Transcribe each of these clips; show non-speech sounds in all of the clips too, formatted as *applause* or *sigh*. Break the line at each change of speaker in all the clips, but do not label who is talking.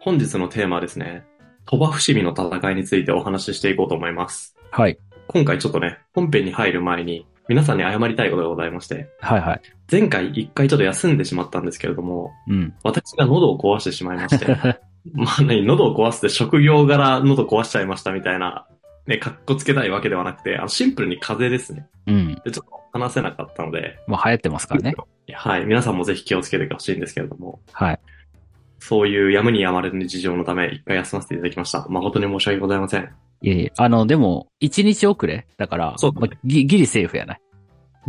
本日のテーマはですね、鳥羽伏見の戦いについてお話ししていこうと思います。
はい。
今回ちょっとね、本編に入る前に、皆さんに謝りたいことがございまして、
はいはい。
前回一回ちょっと休んでしまったんですけれども、 *laughs*
うん。
私が喉を壊してしまいま
*laughs*
して、まあ何、喉を壊すって職業柄喉壊しちゃいましたみたいな、ね、かっこつけたいわけではなくて、あのシンプルに風邪ですね。
うん。
で、ちょっと話せなかったので、
まあ流行ってますからね。
はい、皆さんもぜひ気をつけてほしいんですけれども、
はい。
そういうやむにやまれぬ事情のため、一回休ませていただきました。誠に申し訳ございません。
いえいえ。あの、でも、一日遅れだから、
そうだね
まあギギリセーフやない。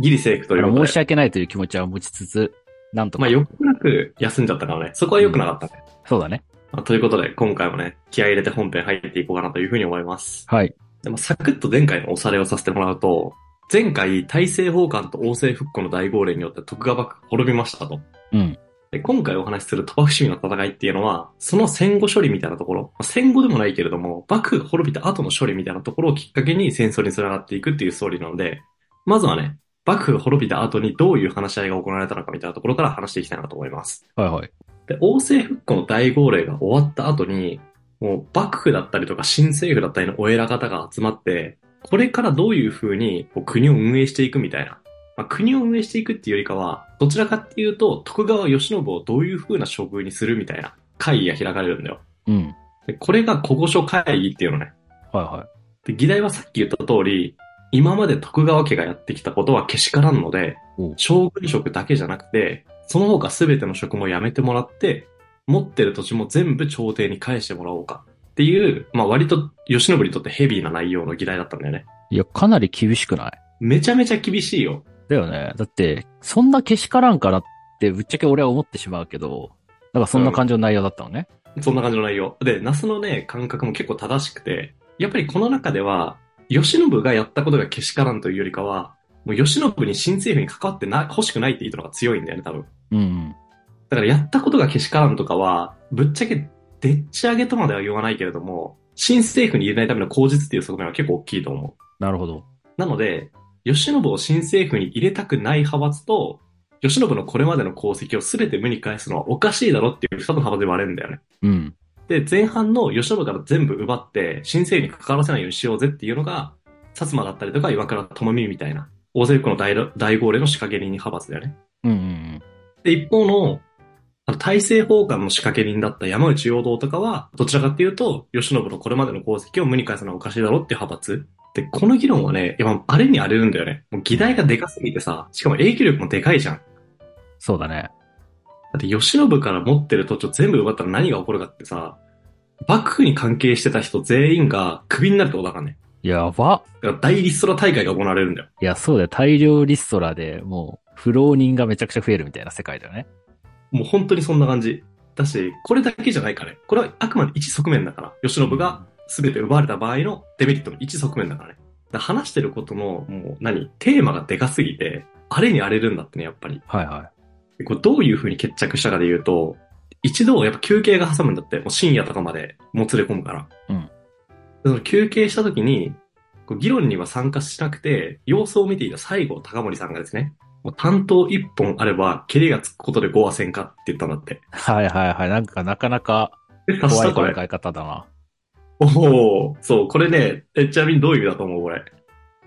ギリセーフと
あ
いうこと
の
で。
申し訳ないという気持ちは持ちつつ、なんとか。
まあ、よくなく休んじゃったからね。そこは良くなかったね。
そうだね。
まあということで、今回もね、気合い入れて本編入っていこうかなというふうに思います。
はい。
でも、サクッと前回のおされをさせてもらうと、前回、大政奉還と王政復古の大号令によって徳川幕府滅びましたと。
うん。
で、今回お話しする鳥羽伏見の戦いっていうのは、その戦後処理みたいなところ、まあ戦後でもないけれども、幕府が滅びた後の処理みたいなところをきっかけに戦争に繋がっていくっていうストーリーなので、まずはね、幕府が滅びた後にどういう話し合いが行われたのかみたいなところから話していきたいなと思います。
はいはい。
で、王政復古の大号令が終わった後に、もう幕府だったりとか新政府だったりのお偉方が集まって、これからどういう風にこう国を運営していくみたいな。まあ、国を運営していくっていうよりかは、どちらかっていうと、徳川慶喜をどういう風な処遇にするみたいな会議が開かれるんだよ。
うん。
でこれが古語書会議っていうのね。
はいは
で、議題はさっき言った通り、今まで徳川家がやってきたことはけしからんので
うん、
将軍職だけじゃなくて、その他全ての職も辞めてもらって、持ってる土地も全部朝廷に返してもらおうかっていう、まあ割と吉信にとってヘビーな内容の議題だったんだよね。
い。いや、かなり厳しくない
めちゃめちゃ厳しいよ。
だよね。だって、そんなけしからんかなって、ぶっちゃけ俺は思ってしまうけど、なんかそんな感じの内容だったのね。
そんな感じの内容。で、那須のね、感覚も結構正しくて、やっぱりこの中では、吉信がやったことがけしからんというよりかは、もう吉信に新政府に関わってな、欲しくないっていうのが強いんだよね、多分。
うんうん。
だからやったことがけしからんとかは、ぶっちゃけでっち上げとまでは言わないけれども、新政府に入れないための口実っていう側面は結構大きいと思
なるほど。
う。なので、吉信を新政府に入れたくない派閥と、吉信のこれまでの功績を全て無に返すのはおかしいだろっていう二つの派閥で割れるんだよね。
うん。
で、前半の吉信から全部奪って、新政府に関わらせないようにしようぜっていうのが、薩摩だったりとか岩倉智美みたいな、大勢府の大大号令の仕掛け人派閥だよね。
うんうん
で、一方の、あの大政奉還の仕掛け人だった山内陽道とかは、どちらかっていうと、吉信のこれまでの功績を無に返すのはおかしいだろっていう派閥。で、この議論はね、いや、あれに荒れるんだよね。もう議題がでかすぎてさ、しかも影響力もでかいじゃん。だ
うん。そうだね。
って、吉信から持ってる土地を全部奪ったら何が起こるかってさ、幕府に関係してた人全員がクビになるってことだからね。
やば。
だから大リストラ大会が行われるんだよ。
いや、そうだよ。大量リストラで、もう、不老人がめちゃくちゃ増えるみたいな世界だよね。
もう本当にそんな感じ。だし、これだけじゃないからね。これはあくまで一側面だから、吉信が全て奪われた場合のデメリットの一側面だからね。だから話してることの、もう何、テーマがでかすぎて、あれに荒れるんだってね、やっぱり。
はいは
これどういう風に決着したかで言うと、一度やっぱ休憩が挟むんだって、もう深夜とかまでもつれ込むから。
うん
で。その休憩した時に、こう議論には参加しなくて、様子を見ていた西郷隆盛さんがですね、もう担当一本あれば、蹴りがつくことで5はせんかって言ったんだって。
い。はいはいはい。なんか、なかなか、
え、達し
怖
た
い
これ
考。え方だな。
おお、そう、これね、え、ちなみにどういう意味だと思うこれ。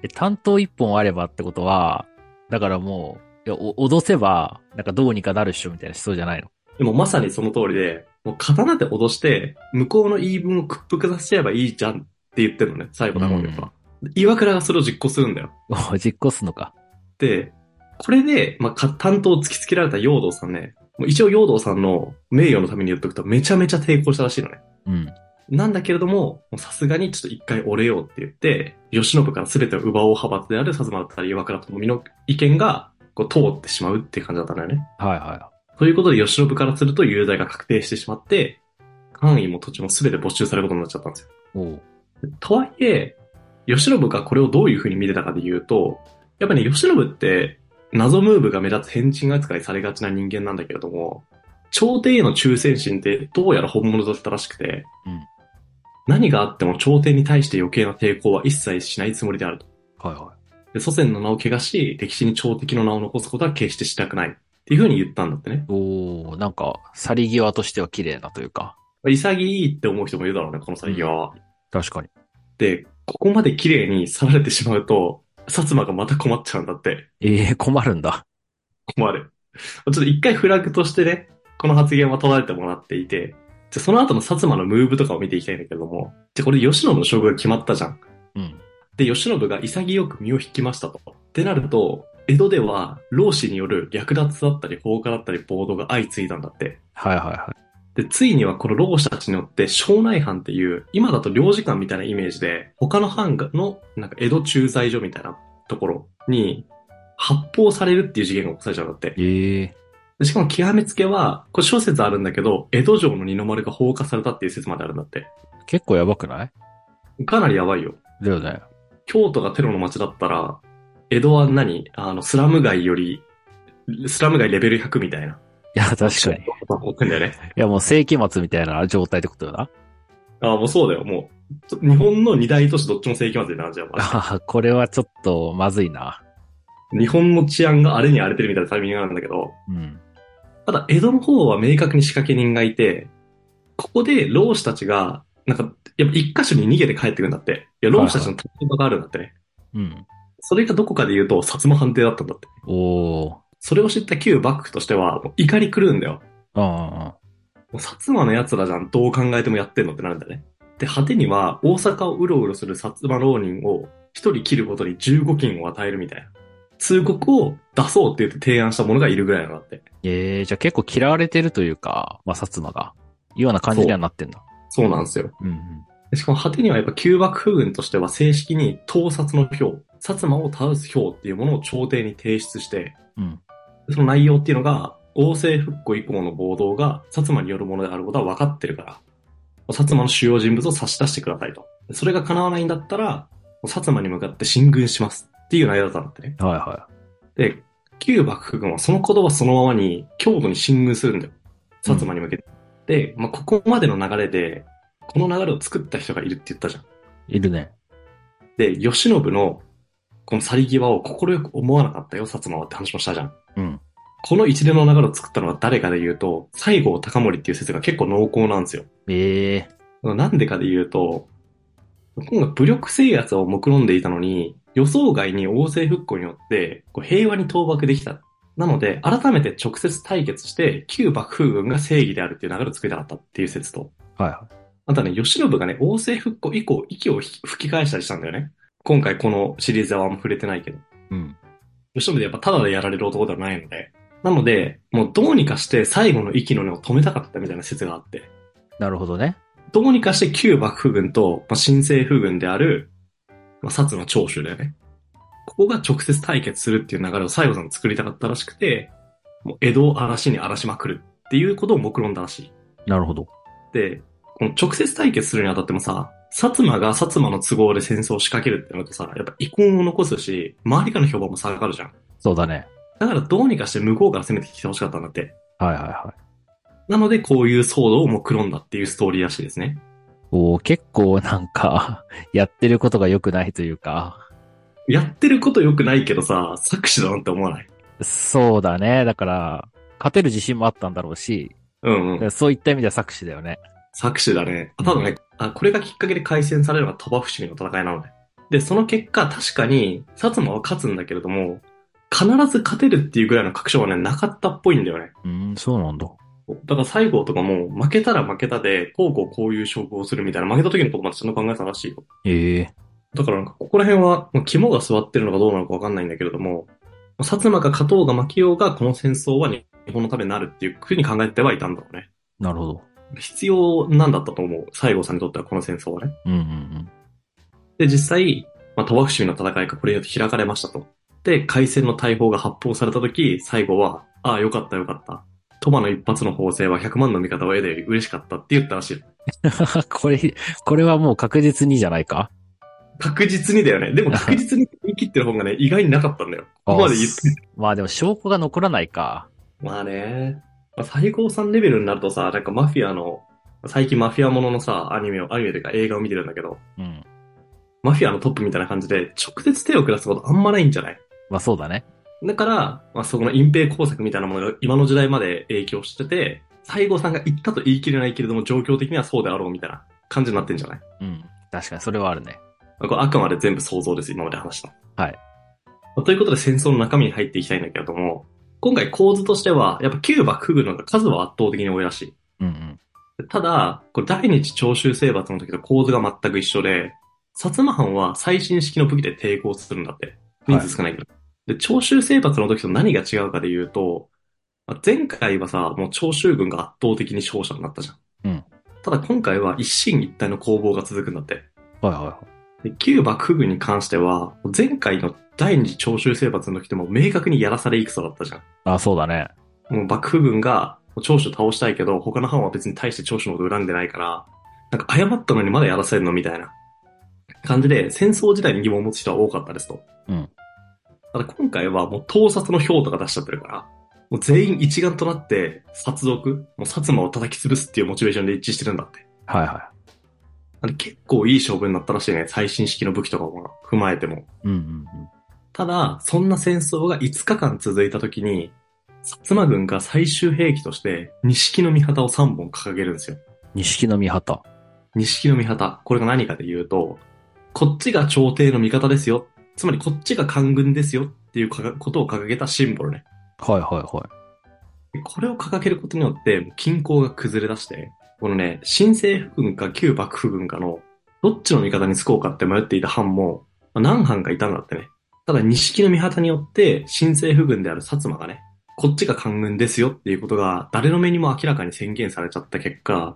え、担当一本あればってことは、だからもう、いや、お脅せば、なんかどうにかなるっしょみたいな思想じゃないの。 *laughs*
でもまさにその通りで、もう刀で脅して、向こうの言い分を屈服させちゃえばいいじゃんって言ってるのね、最後の方には。岩倉がそれを実行するんだよ。
お実行すんのか。
で、これで、まあ、か担当を突きつけられた陽道さんね、もう一応陽道さんの名誉のために言っとくとめちゃめちゃ抵抗したらしいのね。
うん。
なんだけれども、もうさすがにちょっと一回折れようって言って、吉信から全てを奪おう派閥である薩摩だったり岩倉智美の意見がこう通ってしまうっていう感じだったんだよね。
はいは
ということで、吉信からすると有罪が確定してしまって、範囲も土地も全て没収されることになっちゃったんですよ。
い。おう。
とはいえ、吉信がこれをどういう風に見てたかで言うと、やっぱね、吉信って謎ムーブが目立つ変人扱いされがちな人間なんだけれども、朝廷への忠誠心ってどうやら本物だったらしくて、
うん
何があっても朝廷に対して余計な抵抗は一切しないつもりであると。
はいは
で祖先の名を汚し、歴史に朝敵の名を残すことは決してしたくない。っていう風に言ったんだってね。
い。おー、なんか、去り際としては綺麗なというか。
潔いって思う人もいるだろうね、この先は。
確かに。
で、ここまで綺麗に去られてしまうと、薩摩がまた困っちゃうんだって。
ええ困るんだ。
困る。ちょっと一回フラグとしてね、この発言は捉えてもらっていて、じゃあその後の薩摩のムーブとかを見ていきたいんだけども、じゃあこれ慶喜の将軍が決まったじゃん。
うん。
で、慶喜が潔く身を引きましたと。ってなると、江戸では、老子による略奪だったり放火だったり暴動が相次いだんだって。
はいはいは
で、ついにはこの老子たちによって、庄内藩っていう、今だと領事館みたいなイメージで、他の藩がの、なんか江戸駐在所みたいなところに、発砲されるっていう事件が起こされちゃうんだって。
い。ええ
でしかも極めつけは、これ諸説あるんだけど、江戸城の二の丸が放火されたっていう説まであるんだって。
結構やばくない
かなりやばいよ。
だよね。
京都がテロの街だったら、江戸は何あの、スラム街より、スラム街レベル100みたいな。
いや、確かに。い
思ってんだよね。
や、もう世紀末みたいな状態ってことよな。
ああ、もうそうだよ。もう、日本の二大都市どっちも世紀末になるじゃん。
ああ、これはちょっとまずいな。
日本の治安が荒れに荒れてるみたいなタイミングなんだけど、
うん。
ただ江戸の方は明確に仕掛け人がいて、ここで老子たちが、なんか、やっぱ一箇所に逃げて帰ってくんだって。いや、老子たちの立場があるんだってね。
うん。そ
それがどこかで言うと、薩摩藩邸だったんだって。
おー。
それを知った旧幕府としては、もう怒り狂うんだよ。
うんうんうん。
もう薩摩の奴らじゃん、どう考えてもやってんのってなるんだね。で、果てには、大阪をうろうろする薩摩浪人を、一人切ることに15金を与えるみたいな。通告を出そうって言って提案した者がいるぐらいなんだって。
ええじゃあ結構嫌われてるというか、まあ、薩摩が。いうような感じにはなってんだ。
そうなんですよ。
うんうん。
でしかも果てにはやっぱ旧幕府軍としては正式に盗撮の票、薩摩を倒す票っていうものを朝廷に提出して、
うん
その内容っていうのが、王政復古以降の暴動が薩摩によるものであることは分かってるから、薩摩の主要人物を差し出してくださいと。それが叶わないんだったら、もう薩摩に向かって進軍しますっていう内容だったんだってね。
はいは
で、旧幕府軍はその言葉そのままに京都に進軍するんだよ。薩摩に向けて。で、まあ、ここまでの流れで、この流れを作った人がいるって言ったじゃん。
い。いるね。
で、慶喜のこの去り際を快く思わなかったよ、薩摩はって話もしたじゃん。
うん。
この一連の流れを作ったのは誰かで言うと、西郷隆盛っていう説が結構濃厚なんですよ。
ええ
なんでかで言うと、今回武力制圧を目論んでいたのに、予想外に王政復古によってこう平和に倒幕できた。なので、改めて直接対決して、旧幕府軍が正義であるっていう流れを作りたかったっていう説と、
はいは
あとね、吉信がね、王政復古以降、息を吹き返したりしたんだよね。今回このシリーズはあんま触れてないけど。
い。うん。
吉信でやっぱただでやられる男ではないので。なので、もうどうにかして最後の息の根を止めたかったみたいな説があって。
なるほどね。
どうにかして旧幕府軍と、まあ、新政府軍である、まあ、薩摩長州だよね。ここが直接対決するっていう流れを西郷さんが作りたかったらしくて、もう江戸を荒らしに荒らしまくるっていうことを目論んだらしい。
なるほど。
で、この直接対決するにあたってもさ、薩摩が薩摩の都合で戦争を仕掛けるってなるとさ、やっぱ遺恨を残すし、周りからの評判も下がるじゃん。
そうだね。
だからどうにかして向こうから攻めてきてほしかったんだって。
はいはいはい。
なのでこういう騒動をもくろんだっていうストーリーらしいですね。
おー結構なんか、 *laughs* やってることが良くないというか、
やってること良くないけどさ、作詞だなんて思わない。
そうだね。だから、勝てる自信もあったんだろうし、
うんうん。
そういった意味では作詞だよね。
作詞だね。あただね、あ、これがきっかけで開戦されるのが鳥羽伏見の戦いなので。で、その結果確かに薩摩は勝つんだけれども、必ず勝てるっていうぐらいの確証はね、なかったっぽいんだよね。
うん、そうなんだ。
だから西郷とかも負けたら負けたで、こうこうこういう勝負をするみたいな、負けた時のことまでちゃんと考えたらしいよ。
ええ
だからなんかここら辺は、まあ、肝が座ってるのかどうなのかわかんないんだけれども、薩摩が勝とうが負けようが、この戦争は日本のためになるっていうふうに考えてはいたんだろうね。
なるほど。
必要なんだったと思う。西郷さんにとってはこの戦争はね。
うんうん *laughs*
で、実際、まあ、鳥羽伏見の戦いがこれによって開かれましたと。で、海戦の大砲が発砲された時、最後は、ああ、よかったよかった。鳥羽の一発の砲声は100万の味方を得たより嬉しかったって言ったらしい。
うん。これ、これはもう確実にじゃないか
確実にだよね。でも確実に言い切ってる方がね、意外になかったんだよ。ここまで言って。
まあでも証拠が残らないか。
まあね。まあ、最高さんレベルになるとさ、なんかマフィアの、最近マフィアもののさ、アニメを、アニメというか映画を見てるんだけど、
うん。
マフィアのトップみたいな感じで、直接手を下すことあんまないんじゃない
まあそうだね。
だから、まあ、そこの隠蔽工作みたいなものが今の時代まで影響してて、薩西郷さんが言ったと言い切れないけれども、状況的にはそうであろうみたいな感じになってんじゃない
うん。確かに、それはあるね。
これあくまで全部想像です、今まで話した。
はい。
ということで戦争の中身に入っていきたいんだけれども、今回構図としては、やっぱ旧幕府軍の方が数は圧倒的に多いらしい。
うんうん。
ただ、これ第二次長州征伐の時と構図が全く一緒で、薩摩藩は最新式の武器で抵抗するんだって。人数少ないけど。で、長州征伐の時と何が違うかで言うと、まあ前回はさ、もう長州軍が圧倒的に勝者になったじゃん。
うん
ただ今回は一進一退の攻防が続くんだって。
はいはいはい。
で旧幕府軍に関しては、前回の第二次長州征伐の時でも明確にやらされ戦だったじゃん。
あ、そうだね。
もう幕府軍が長州倒したいけど、他の藩は別に大して長州のこと恨んでないから、なんか謝ったのにまだやらせるのみたいな感じで、戦争自体に疑問を持つ人は多かったですと。
うん。
ただ今回はもう盗撮の票とか出しちゃってるから、もう全員一丸となって、殺族、もう薩摩を叩き潰すっていうモチベーションで一致してるんだって。
はいは
なんで結構いい勝負になったらしいね。最新式の武器とかも踏まえても。
い。うんうん
ただ、そんな戦争が5日間続いた時に、薩摩軍が最終兵器として、錦の御旗を3本掲げるんですよ。
うん。錦の御旗。
錦の御旗。これが何かで言うと、こっちが朝廷の味方ですよ。つまりこっちが官軍ですよっていうかことを掲げたシンボルね。
はいはいはい。
これを掲げることによって、均衡が崩れ出して、このね、新政府軍か旧幕府軍かの、どっちの味方につこうかって迷っていた藩も、まあ何藩かいたんだってね。ただ、錦の御旗によって、新政府軍である薩摩がね、こっちが官軍ですよっていうことが、誰の目にも明らかに宣言されちゃった結果、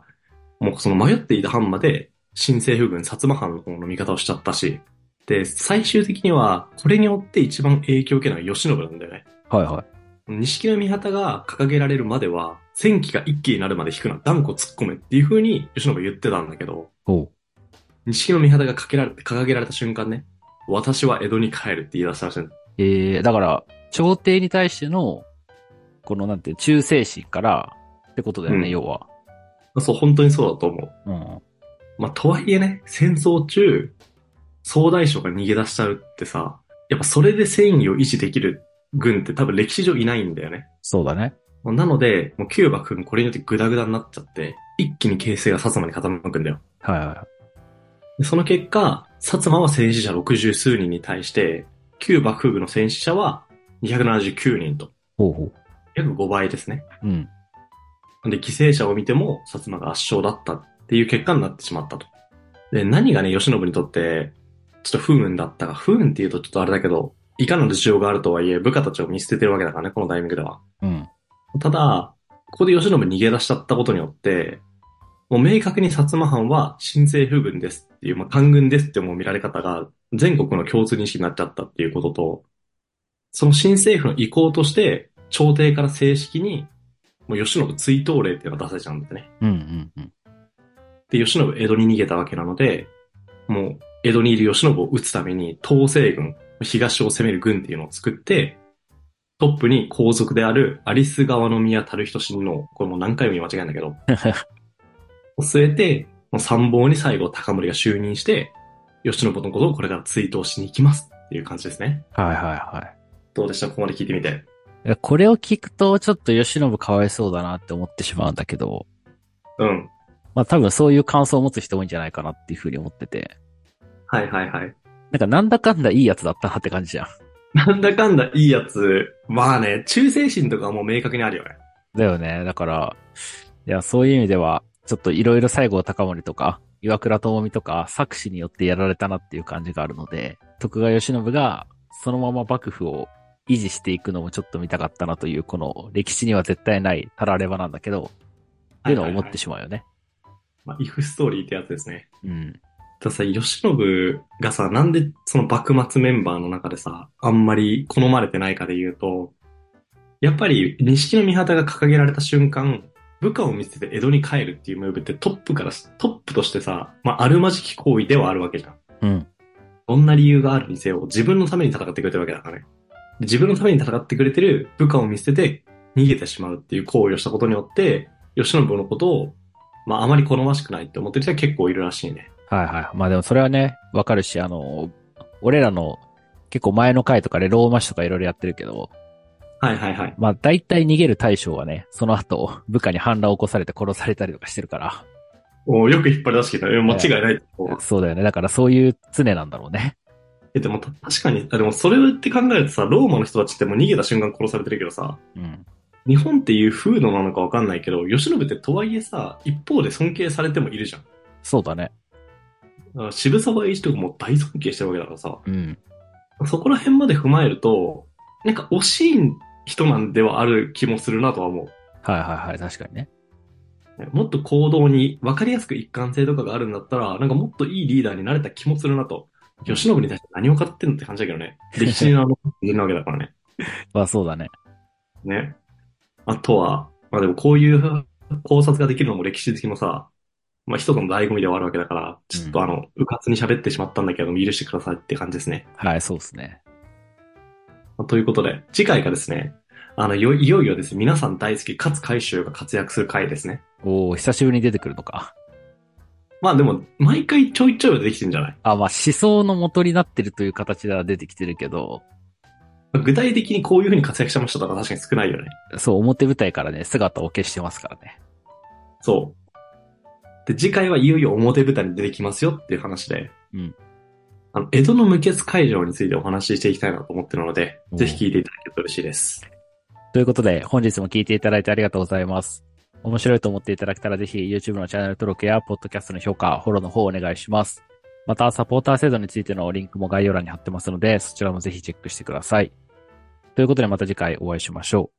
もうその迷っていた藩まで、新政府軍、薩摩藩の方の味方をしちゃったし、で、最終的には、これによって一番影響を受けたのは慶喜なんだよね。
はいはい。
錦の御旗が掲げられるまでは、戦機が一気になるまで引くな、断固突っ込めっていう風に吉野が言ってたんだけど、
おう。
錦の御旗がかけられ掲げられた瞬間ね、私は江戸に帰るって言い出したらしいの
えー、だから、朝廷に対しての、このなんていう、忠誠心から、ってことだよね、
うん
要は。
そう、本当にそうだと思う。
うん。
まあ、とはいえね、戦争中、総大将が逃げ出しちゃうってさ、やっぱそれで戦意を維持できる軍って多分歴史上いないんだよね。
そうだね。
なので、もうキューバ君これによってグダグダになっちゃって、一気に形勢が薩摩に傾くんだよ。
はいは
でその結果、薩摩は戦死者60数人に対して、旧幕府部の戦死者は279人と、
い。ほうほう。
約5倍ですね。
うん。
で、犠牲者を見ても薩摩が圧勝だったっていう結果になってしまったと。で、何がね、慶喜にとって、ちょっと不運だったか、不運っていうとちょっとあれだけど、いかなる事情があるとはいえ、部下たちを見捨ててるわけだからね、このタイミングでは。
うん。
ただ、ここで吉信逃げ出しちゃったことによって、もう明確に薩摩藩は新政府軍ですっていう、まあ、官軍ですってもう見られ方が全国の共通認識になっちゃったっていうことと、その新政府の意向として、朝廷から正式に、もう吉信追悼令っていうのが出されちゃうんですね。
うんうんうん。
で、吉信江戸に逃げたわけなので、もう江戸にいる吉信を撃つために東西軍、東を攻める軍っていうのを作って、トップに皇族である有栖川宮樽人親王、これもう何回も言い間違えんだけど、
*laughs*
を据えて、もう参謀に最後高森が就任して、吉信のことをこれから追悼しに行きますっていう感じですね。
はいはいは
どうでしたここまで聞いてみて。
いいや。これを聞くと、ちょっと吉信かわいそうだなって思ってしまうんだけど、
うん。
まあ多分そういう感想を持つ人多いんじゃないかなっていうふうに思ってて。
はいはいはい。
なんかなんだかんだいいやつだったなって感じじゃん。
なんだかんだいいやつ。まあね、忠誠心とかはもう明確にあるよね。
だよね。だから、いや、そういう意味では、ちょっといろいろ西郷隆盛とか、岩倉智美とか、作詞によってやられたなっていう感じがあるので、徳川慶喜がそのまま幕府を維持していくのもちょっと見たかったなという、この歴史には絶対ないたらればなんだけど、っていうのを思ってしまうよね。
まあ、イフストーリーってやつですね。
うん。
たださ、吉信がさ、なんでその幕末メンバーの中でさ、あんまり好まれてないかで言うと、やっぱり、錦の御旗が掲げられた瞬間、部下を見捨てて江戸に帰るっていうムーブってトップからし、トップとしてさ、まあ、あるまじき行為ではあるわけじゃん。
うん。
どんな理由があるにせよ、自分のために戦ってくれてるわけだからね。自分のために戦ってくれてる部下を見捨てて逃げてしまうっていう行為をしたことによって、吉信のことを、まあ、あまり好ましくないって思ってる人は結構いるらしいね。
はいはい。まあでもそれはね、わかるし、あの、俺らの結構前の回とかでローマ史とかいろいろやってるけど、
はいはいはい。
まあ大体逃げる大将はね、その後部下に反乱を起こされて殺されたりとかしてるから。
およく引っ張り出してきた。え間違いない。こう
そうだよね。だからそういう常なんだろうね。
え、でもた確かに、あでもそれって考えるとさ、ローマの人たちってもう逃げた瞬間殺されてるけどさ、
うん。
日本っていう風土なのかわかんないけど、吉信ってとはいえさ、一方で尊敬されてもいるじゃん。だ
そうだね。
から渋沢栄一とかも大尊敬してるわけだからさ、
うん。
そこら辺まで踏まえると、なんか惜しい人なんではある気もするなとは思う。
はいはいはい。確かにね。
もっと行動に分かりやすく一貫性とかがあるんだったら、なんかもっといいリーダーになれた気もするなと。吉信に対して何を語ってんのって感じだけどね。歴史のあの、人なわけだからね。
まあそうだね。
ね。あとは、まあでもこういう考察ができるのも歴史好きのさ、まあ一つの醍醐味ではあるわけだから、ちょっとあの、うかつに喋ってしまったんだけど、許してくださいって感じですね。
はい、そうですね。
まあということで、次回がですね、あの、よいよいよですね、皆さん大好き、勝海舟が活躍する回ですね。
おお久しぶりに出てくるのか。
まあでも、毎回ちょいちょいはできてんじゃない
あ、まあ思想の元になってるという形では出てきてるけど、
具体的にこういう風に活躍してましたとか確かに少ないよね。
そう、表舞台からね、姿を消してますからね。
そう。で、次回はいよいよ表舞台に出てきますよっていう話で、
うん
あの、江戸の無血会場についてお話ししていきたいなと思ってるので、
おう
ぜひ聞いていただけると嬉しいです。
ということで、本日も聞いていただいてありがとうございます。面白いと思っていただけたら、ぜひ YouTube のチャンネル登録や、Podcast の評価、フォローの方をお願いします。また、サポーター制度についてのリンクも概要欄に貼ってますので、そちらもぜひチェックしてください。ということで、また次回お会いしましょう。